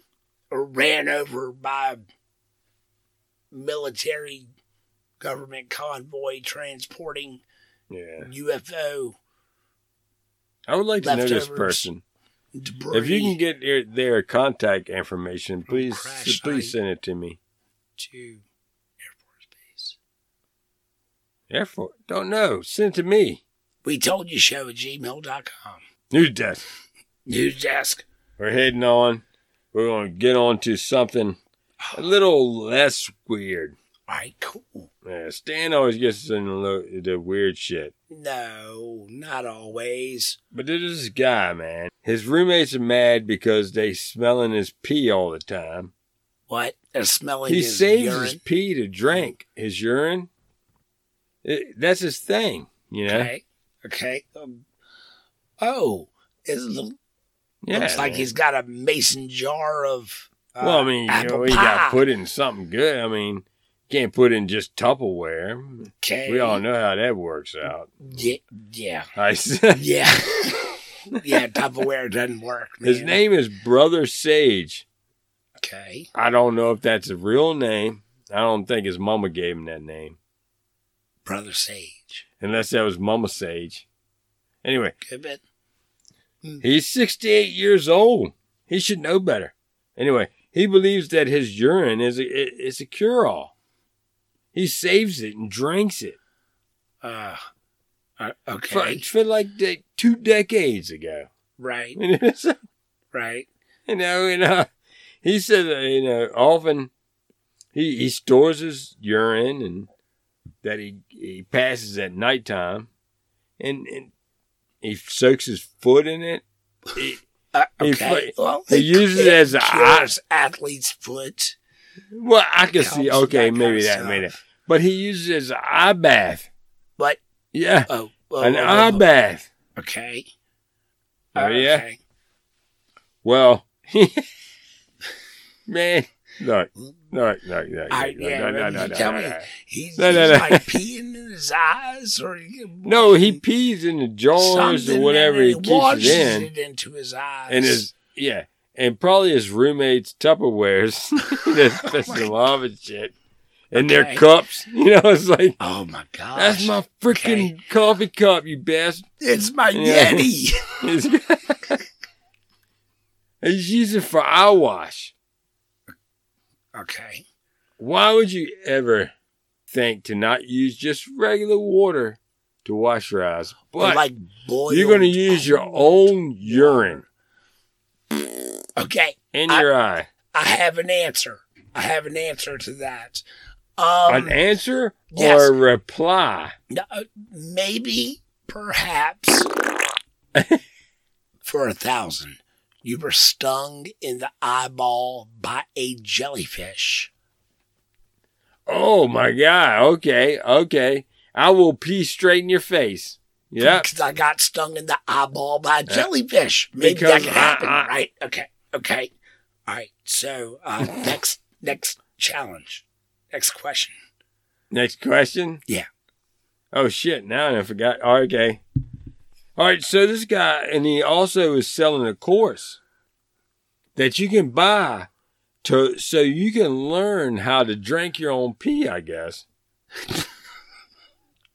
Speaker 7: Or ran over by military government convoy transporting
Speaker 8: Yeah.
Speaker 7: UFO
Speaker 8: I would like to know this
Speaker 7: Leftovers.
Speaker 8: person.
Speaker 7: debris.
Speaker 8: If you can get their, their contact information, please
Speaker 7: crash
Speaker 8: please
Speaker 7: site.
Speaker 8: send it to me.
Speaker 7: to Air Force Base,
Speaker 8: Therefore, don't know. Send it to me.
Speaker 7: we told you show at gmail.com.
Speaker 8: News desk.
Speaker 7: News desk.
Speaker 8: We're heading on. We're gonna get on to something a little less weird.
Speaker 7: All right, cool.
Speaker 8: Yeah, Stan always gets us in the, lo- the weird shit.
Speaker 7: No, not always.
Speaker 8: But there's this guy, man. His roommates are mad because they smelling his pee all the time.
Speaker 7: What? They're smelling
Speaker 8: he
Speaker 7: his
Speaker 8: saves
Speaker 7: urine.
Speaker 8: his pee to drink his urine. It- that's his thing, you know.
Speaker 7: Okay. Okay. Um, oh, it lo-
Speaker 8: Yeah,
Speaker 7: looks like
Speaker 8: man.
Speaker 7: he's got a mason jar of. Uh,
Speaker 8: well, I mean, you
Speaker 7: apple
Speaker 8: know, he got
Speaker 7: pie.
Speaker 8: put in something good. I mean, can't put in just Tupperware.
Speaker 7: Okay.
Speaker 8: We all know how that works out.
Speaker 7: Yeah. Yeah.
Speaker 8: I said,
Speaker 7: Yeah. yeah. Tupperware doesn't work. Man.
Speaker 8: his name is Brother Sage.
Speaker 7: Okay.
Speaker 8: I don't know if that's a real name. I don't think his mama gave him that name,
Speaker 7: Brother Sage.
Speaker 8: unless that was Mama Sage. Anyway,
Speaker 7: Good bit.
Speaker 8: he's 68 years old. He should know better. Anyway, he believes that his urine is a, i- is a cure all. He saves it and drinks it.
Speaker 7: Uh, uh,
Speaker 8: For,
Speaker 7: okay.
Speaker 8: for like de- two decades ago.
Speaker 7: Right.
Speaker 8: And it's
Speaker 7: Right.
Speaker 8: you know, and uh, he says, uh, you know, often he, he stores his urine and that he, he passes at nighttime and, and he soaks his foot in it. He-
Speaker 7: Uh,
Speaker 8: He
Speaker 7: okay.
Speaker 8: put-
Speaker 7: well,
Speaker 8: he uses it as a-
Speaker 7: cures athlete's foot.
Speaker 8: well, I can see,
Speaker 7: Helps
Speaker 8: okay,
Speaker 7: that
Speaker 8: maybe
Speaker 7: kind
Speaker 8: that
Speaker 7: of
Speaker 8: made it.
Speaker 7: stuff.
Speaker 8: But he uses it as an eye bath.
Speaker 7: What?
Speaker 8: Yeah,
Speaker 7: Oh, oh,
Speaker 8: an
Speaker 7: oh,
Speaker 8: eye
Speaker 7: oh,
Speaker 8: bath.
Speaker 7: Okay.
Speaker 8: Oh, yeah.
Speaker 7: Okay.
Speaker 8: Well, man, look, look, look, look,
Speaker 7: I,
Speaker 8: look,
Speaker 7: yeah,
Speaker 8: look,
Speaker 7: no,
Speaker 8: look, look,
Speaker 7: tell
Speaker 8: look,
Speaker 7: me
Speaker 8: look.
Speaker 7: he's,
Speaker 8: No, no,
Speaker 7: he's
Speaker 8: no.
Speaker 7: like peeing in his eyes or
Speaker 8: No, he pees in the jars
Speaker 7: something
Speaker 8: or whatever
Speaker 7: and
Speaker 8: he
Speaker 7: then
Speaker 8: keeps
Speaker 7: washes
Speaker 8: it in,
Speaker 7: it into his eyes.
Speaker 8: and his yeah, and probably his roommates' Tupperwares that's pissing him off and shit, and their
Speaker 7: Oh Okay.
Speaker 8: cups. You know, it's like
Speaker 7: oh my gosh,
Speaker 8: that's my freaking coffee cup, you bastard.
Speaker 7: it's my
Speaker 8: Yeah.
Speaker 7: Yeti.
Speaker 8: He's using it for eye wash.
Speaker 7: okay,
Speaker 8: Why would you ever think to not use just regular water to wash your eyes? But
Speaker 7: like boiled.
Speaker 8: you're going to use your own urine
Speaker 7: Okay,
Speaker 8: in
Speaker 7: I-
Speaker 8: your eye.
Speaker 7: I have an answer. I have an answer to that.
Speaker 8: an
Speaker 7: Um,
Speaker 8: answer
Speaker 7: yes.
Speaker 8: or a reply?
Speaker 7: No, uh, maybe, perhaps, for a thousand, you were stung in the eyeball by a jellyfish.
Speaker 8: Oh my God. Okay. Okay. I will pee straight in your face. Yep.
Speaker 7: Because I got stung in the eyeball by a jellyfish. Maybe that
Speaker 8: because
Speaker 7: could
Speaker 8: I-
Speaker 7: happen,
Speaker 8: I-
Speaker 7: right? Okay. Okay. All right. So, uh, next, next challenge. Next question.
Speaker 8: Next question.
Speaker 7: Yeah.
Speaker 8: Oh shit. Now I forgot. Oh, okay. All right. So this guy, and he also is selling a course that you can buy to, so you can learn how to drink your own pee, I guess.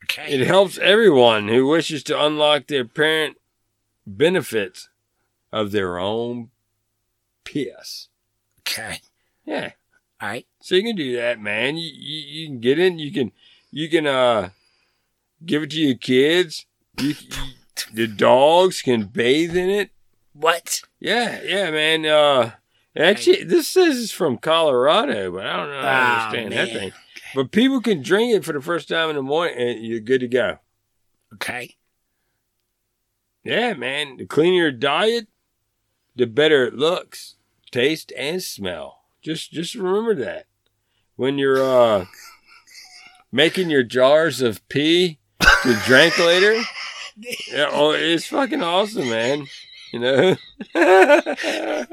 Speaker 7: Okay.
Speaker 8: It helps everyone who wishes to unlock the apparent benefits of their own piss.
Speaker 7: Okay.
Speaker 8: Yeah.
Speaker 7: All right.
Speaker 8: So you can do that, man. You, you, you can get in. You can you can uh give it to your kids. You, you- the dogs can bathe in it.
Speaker 7: What?
Speaker 8: Yeah, yeah, man. Uh, actually, this says it's from Colorado, but I don't know. how
Speaker 7: Ah,
Speaker 8: I understand that
Speaker 7: man.
Speaker 8: thing. But people can drink it for the first time in the morning, and you're good to go.
Speaker 7: Okay.
Speaker 8: Yeah, man. The cleaner your diet, the better it looks, taste, and smell. Just just remember that. When you're uh making your jars of pee to drink later. Yeah, oh, it's fucking awesome, man. You know?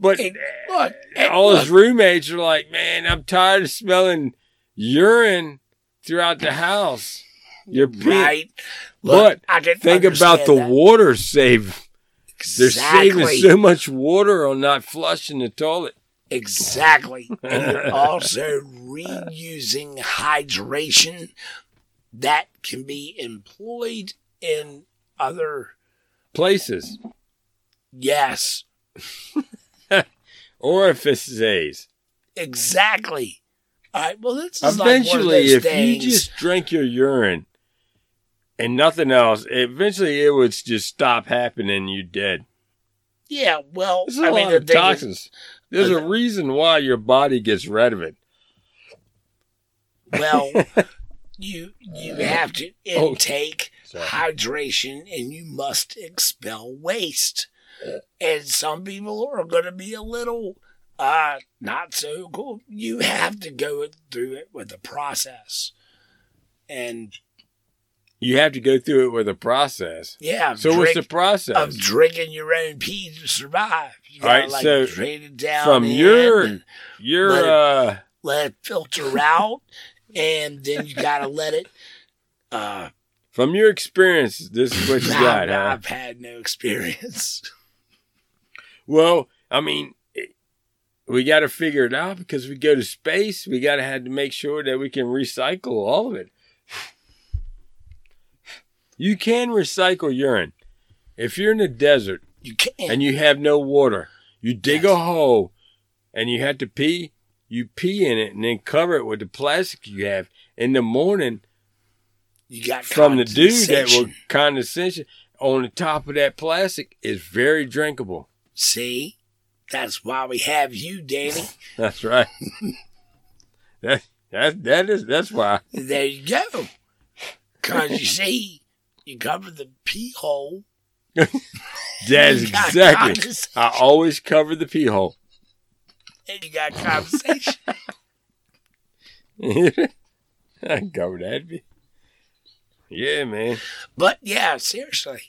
Speaker 8: but
Speaker 7: Hey, look, hey,
Speaker 8: all his
Speaker 7: look.
Speaker 8: roommates are like, man, I'm tired of smelling urine throughout the house. Your pee.
Speaker 7: Right.
Speaker 8: But
Speaker 7: I can
Speaker 8: Think about
Speaker 7: understand
Speaker 8: the
Speaker 7: that.
Speaker 8: water save. They're
Speaker 7: Exactly.
Speaker 8: saving so much water on not flushing the toilet.
Speaker 7: Exactly. And you're also reusing hydration that can be employed in other.
Speaker 8: Places.
Speaker 7: Yes,
Speaker 8: Orifices.
Speaker 7: exactly. All right. Well, this is like one of
Speaker 8: Eventually,
Speaker 7: those
Speaker 8: if
Speaker 7: things.
Speaker 8: you just drink your urine and nothing else, eventually it would just stop happening. You're dead.
Speaker 7: yeah. Well,
Speaker 8: There's a
Speaker 7: I mean,
Speaker 8: lot
Speaker 7: the
Speaker 8: of
Speaker 7: thing is-
Speaker 8: toxins. There's a reason why your body gets rid of it.
Speaker 7: Well, you you have to
Speaker 8: Oh.
Speaker 7: intake
Speaker 8: Sorry.
Speaker 7: hydration and you must expel waste. And some people are going to be a little uh not so cool. You have to go it- through it with a process. And
Speaker 8: You have to go through it with a process.
Speaker 7: yeah,
Speaker 8: So what's the process?
Speaker 7: of drinking your own pee to survive. You gotta,
Speaker 8: Alright,
Speaker 7: like
Speaker 8: so
Speaker 7: drain it down
Speaker 8: from
Speaker 7: in
Speaker 8: your-
Speaker 7: and
Speaker 8: You're
Speaker 7: Let it-
Speaker 8: uh
Speaker 7: let it filter out, and then you gotta let it. Uh,
Speaker 8: from your experience, this is what you got,
Speaker 7: I've,
Speaker 8: huh?
Speaker 7: I've had no experience.
Speaker 8: Well, I mean, it- we got to figure it out because we go to space. We got to have to make sure that we can recycle all of it. You can recycle urine. If you're in the desert
Speaker 7: You can't.
Speaker 8: and you have no water, you dig a
Speaker 7: Yes.
Speaker 8: hole and you have to pee, you pee in it and then cover it with the plastic you have. In the morning,
Speaker 7: you got
Speaker 8: from the dew that will
Speaker 7: condensation.
Speaker 8: condensation on the top of that plastic is very drinkable.
Speaker 7: see. That's why we have you, Danny.
Speaker 8: That's right. that that that is that's why.
Speaker 7: There you go. Cause you see, you cover the pee hole.
Speaker 8: That's
Speaker 7: You got
Speaker 8: exactly.
Speaker 7: condensation.
Speaker 8: I always cover the pee hole.
Speaker 7: and you got conversation.
Speaker 8: I cover that. pee. Yeah, man.
Speaker 7: But yeah, seriously,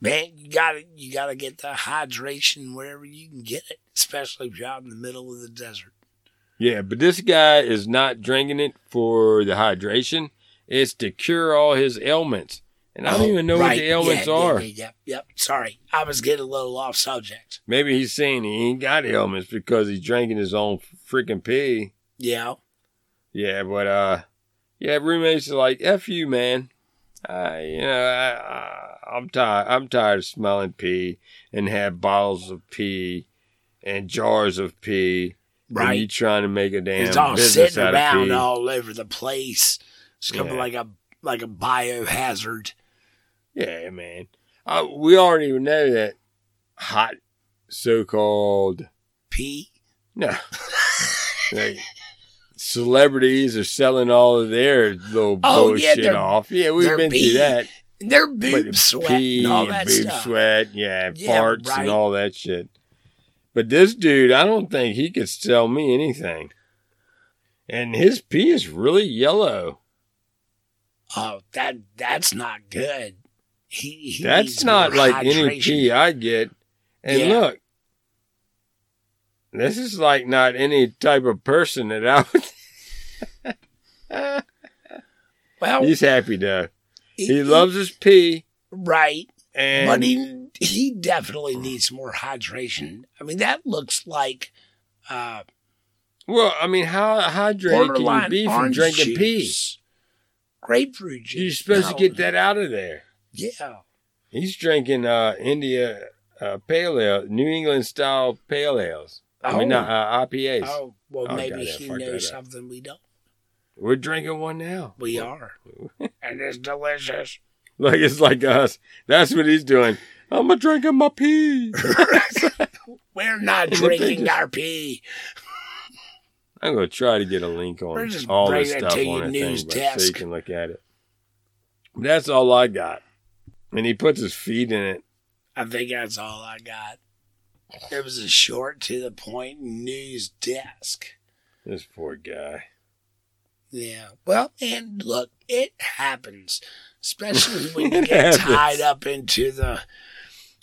Speaker 7: man, you gotta you gotta get the hydration wherever you can get it, especially if you're out in the middle of the desert.
Speaker 8: Yeah, but this guy is not drinking it for the hydration. It's to cure all his ailments, and I don't
Speaker 7: Oh,
Speaker 8: even know what
Speaker 7: right,
Speaker 8: the ailments
Speaker 7: yeah, yeah,
Speaker 8: are.
Speaker 7: yeah, Yep, yep. Sorry, I was getting a little off subject.
Speaker 8: Maybe he's saying he ain't got ailments because he's drinking his own freaking pee.
Speaker 7: Yeah,
Speaker 8: Yeah, but uh, yeah, roommates are like, "F you, man." I, you know, I, I, I'm tired. I'm tired of smelling pee and have bottles of pee and jars of pee. And you
Speaker 7: right.
Speaker 8: trying to make a damn
Speaker 7: It's all
Speaker 8: business
Speaker 7: sitting
Speaker 8: out of
Speaker 7: around
Speaker 8: pee?
Speaker 7: all over the place. It's gonna be
Speaker 8: Yeah.
Speaker 7: like a like a biohazard.
Speaker 8: Yeah, man. I, we already know that hot, so-called
Speaker 7: Pee.
Speaker 8: no. Like, Celebrities are selling all of their little
Speaker 7: Oh, yeah,
Speaker 8: bullshit
Speaker 7: they're-
Speaker 8: off. Yeah, we've
Speaker 7: they're
Speaker 8: been
Speaker 7: pee.
Speaker 8: through that.
Speaker 7: And Their
Speaker 8: But
Speaker 7: boob
Speaker 8: the
Speaker 7: sweat
Speaker 8: pee
Speaker 7: and all
Speaker 8: and
Speaker 7: that
Speaker 8: boob
Speaker 7: stuff.
Speaker 8: sweat, yeah,
Speaker 7: Yeah,
Speaker 8: farts
Speaker 7: right.
Speaker 8: and all that shit. But this dude, I don't think he could sell me anything. And his pee is really yellow.
Speaker 7: Oh, that that's not good. He, he
Speaker 8: That's
Speaker 7: needs
Speaker 8: not
Speaker 7: more
Speaker 8: like any
Speaker 7: hydration.
Speaker 8: pee I get. And
Speaker 7: Yeah.
Speaker 8: look, this is like not any type of person that I would.
Speaker 7: Well,
Speaker 8: He's happy
Speaker 7: Oh.
Speaker 8: though.
Speaker 7: he,
Speaker 8: He loves his pee,
Speaker 7: right,
Speaker 8: and
Speaker 7: but he he definitely needs more hydration. I mean, that looks like uh,
Speaker 8: well, I mean, how hydrated can you
Speaker 7: borderline
Speaker 8: be from
Speaker 7: orange
Speaker 8: drinking pee?
Speaker 7: juice, grapefruit juice.
Speaker 8: You're supposed
Speaker 7: No.
Speaker 8: to get that out of there.
Speaker 7: Yeah,
Speaker 8: He's drinking uh, India uh, pale ale, New England style pale ales. I mean,
Speaker 7: Oh.
Speaker 8: not uh, IPAs.
Speaker 7: Oh, well,
Speaker 8: Oh,
Speaker 7: maybe
Speaker 8: goddamn,
Speaker 7: he
Speaker 8: fuck that up.
Speaker 7: knows something we don't.
Speaker 8: We're drinking one now.
Speaker 7: We are, and it's delicious.
Speaker 8: Like it's like us. That's what he's doing. I'm a drinking my pee.
Speaker 7: We're not
Speaker 8: the thing
Speaker 7: drinking
Speaker 8: is-
Speaker 7: our pee.
Speaker 8: I'm gonna try to get a link
Speaker 7: We're
Speaker 8: on
Speaker 7: just
Speaker 8: all this
Speaker 7: bringing it
Speaker 8: stuff
Speaker 7: to your
Speaker 8: on that
Speaker 7: news
Speaker 8: thing, but so you
Speaker 7: desk.
Speaker 8: can look at it. That's all I got. And he puts his feet in it.
Speaker 7: I think that's all I got. It was a short, to the point news desk.
Speaker 8: This poor guy.
Speaker 7: Yeah. Well, and look, it happens, especially when you
Speaker 8: It
Speaker 7: get
Speaker 8: happens.
Speaker 7: tied up into the,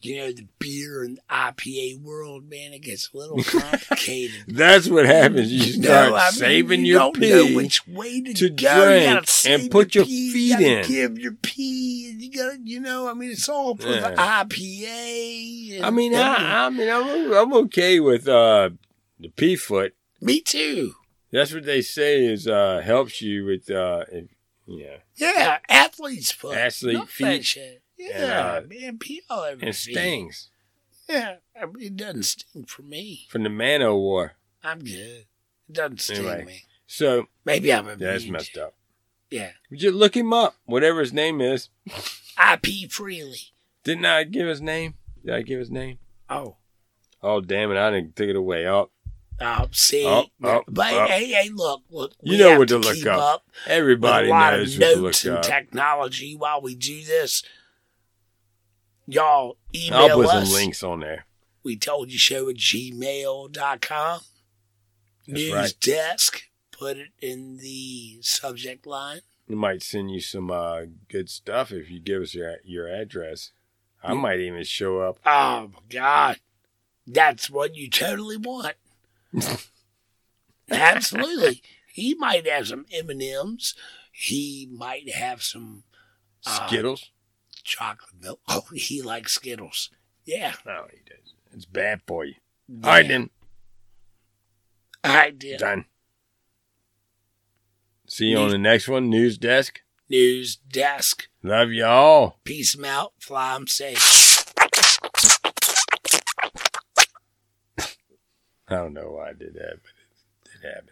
Speaker 7: you know, the beer and IPA world. Man, it gets a little complicated.
Speaker 8: That's what happens. You
Speaker 7: No,
Speaker 8: start
Speaker 7: I mean,
Speaker 8: saving
Speaker 7: you
Speaker 8: your
Speaker 7: don't
Speaker 8: pee.
Speaker 7: know which way to,
Speaker 8: to
Speaker 7: go.
Speaker 8: drink
Speaker 7: you gotta
Speaker 8: and
Speaker 7: save
Speaker 8: put your
Speaker 7: pee,
Speaker 8: feet
Speaker 7: you gotta
Speaker 8: in.
Speaker 7: Give your pee, and you gotta, you know, I mean, it's all for the
Speaker 8: Yeah.
Speaker 7: IPA. and
Speaker 8: I mean,
Speaker 7: everything.
Speaker 8: I, I mean, I'm, I'm okay with uh, the pea foot.
Speaker 7: me too.
Speaker 8: That's what they say is uh, helps you with, uh, it- yeah,
Speaker 7: Yeah, athlete's foot.
Speaker 8: Athlete
Speaker 7: Love
Speaker 8: feet.
Speaker 7: That shit. Yeah,
Speaker 8: uh,
Speaker 7: man, pee all over
Speaker 8: and
Speaker 7: feet.
Speaker 8: stings
Speaker 7: Yeah, I mean, it doesn't sting for me.
Speaker 8: from the man o' war.
Speaker 7: I'm good. It doesn't sting
Speaker 8: Anyway.
Speaker 7: me.
Speaker 8: So
Speaker 7: Maybe I'm a
Speaker 8: that's messed up.
Speaker 7: Yeah,
Speaker 8: Just look him up, whatever his name is.
Speaker 7: I pee freely.
Speaker 8: Didn't I give his name? Did I give his name?
Speaker 7: Oh,
Speaker 8: Oh, damn it. I didn't take it away. Oh,
Speaker 7: Oh, see,
Speaker 8: Up, up,
Speaker 7: but
Speaker 8: up.
Speaker 7: hey, hey, look, look.
Speaker 8: oh. You
Speaker 7: we
Speaker 8: know
Speaker 7: have
Speaker 8: what to look
Speaker 7: keep
Speaker 8: up.
Speaker 7: with a
Speaker 8: everybody
Speaker 7: lot
Speaker 8: knows
Speaker 7: of
Speaker 8: what to look
Speaker 7: notes and
Speaker 8: up.
Speaker 7: technology while we do this. Y'all email
Speaker 8: I'll put
Speaker 7: us.
Speaker 8: some links on there.
Speaker 7: We told you show at gmail.com.
Speaker 8: That's
Speaker 7: News
Speaker 8: right.
Speaker 7: desk. Put it in the subject line.
Speaker 8: We might send you some uh, good stuff if you give us your your address. I might even show up.
Speaker 7: Oh my God. That's what you totally want. Absolutely. He might have some M&M's. He might have some Uh,
Speaker 8: Skittles?
Speaker 7: chocolate milk. Oh, he likes Skittles. Yeah.
Speaker 8: no, he doesn't. It's bad for you. All right, then.
Speaker 7: I did.
Speaker 8: Done. See you on
Speaker 7: News-
Speaker 8: the next one. News desk.
Speaker 7: News desk.
Speaker 8: Love y'all.
Speaker 7: Peace 'em out. Fly 'em safe.
Speaker 8: I don't know why I did that, but it did happen.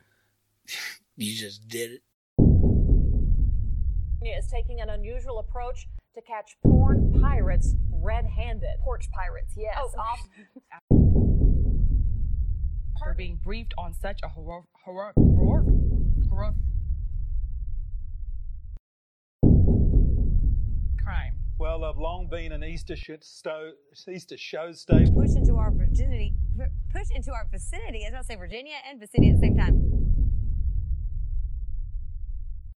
Speaker 7: You just did it.
Speaker 1: California is taking an unusual approach to catch porn pirates red-handed. Porch pirates, yes. off
Speaker 3: After being briefed on such a horror, horror, horror, horror crime.
Speaker 4: Well, I've long been an Easter shit sto- Easter show staple.
Speaker 5: Push into our virginity. Push into our vicinity. I was about to say Virginia and vicinity at the same time.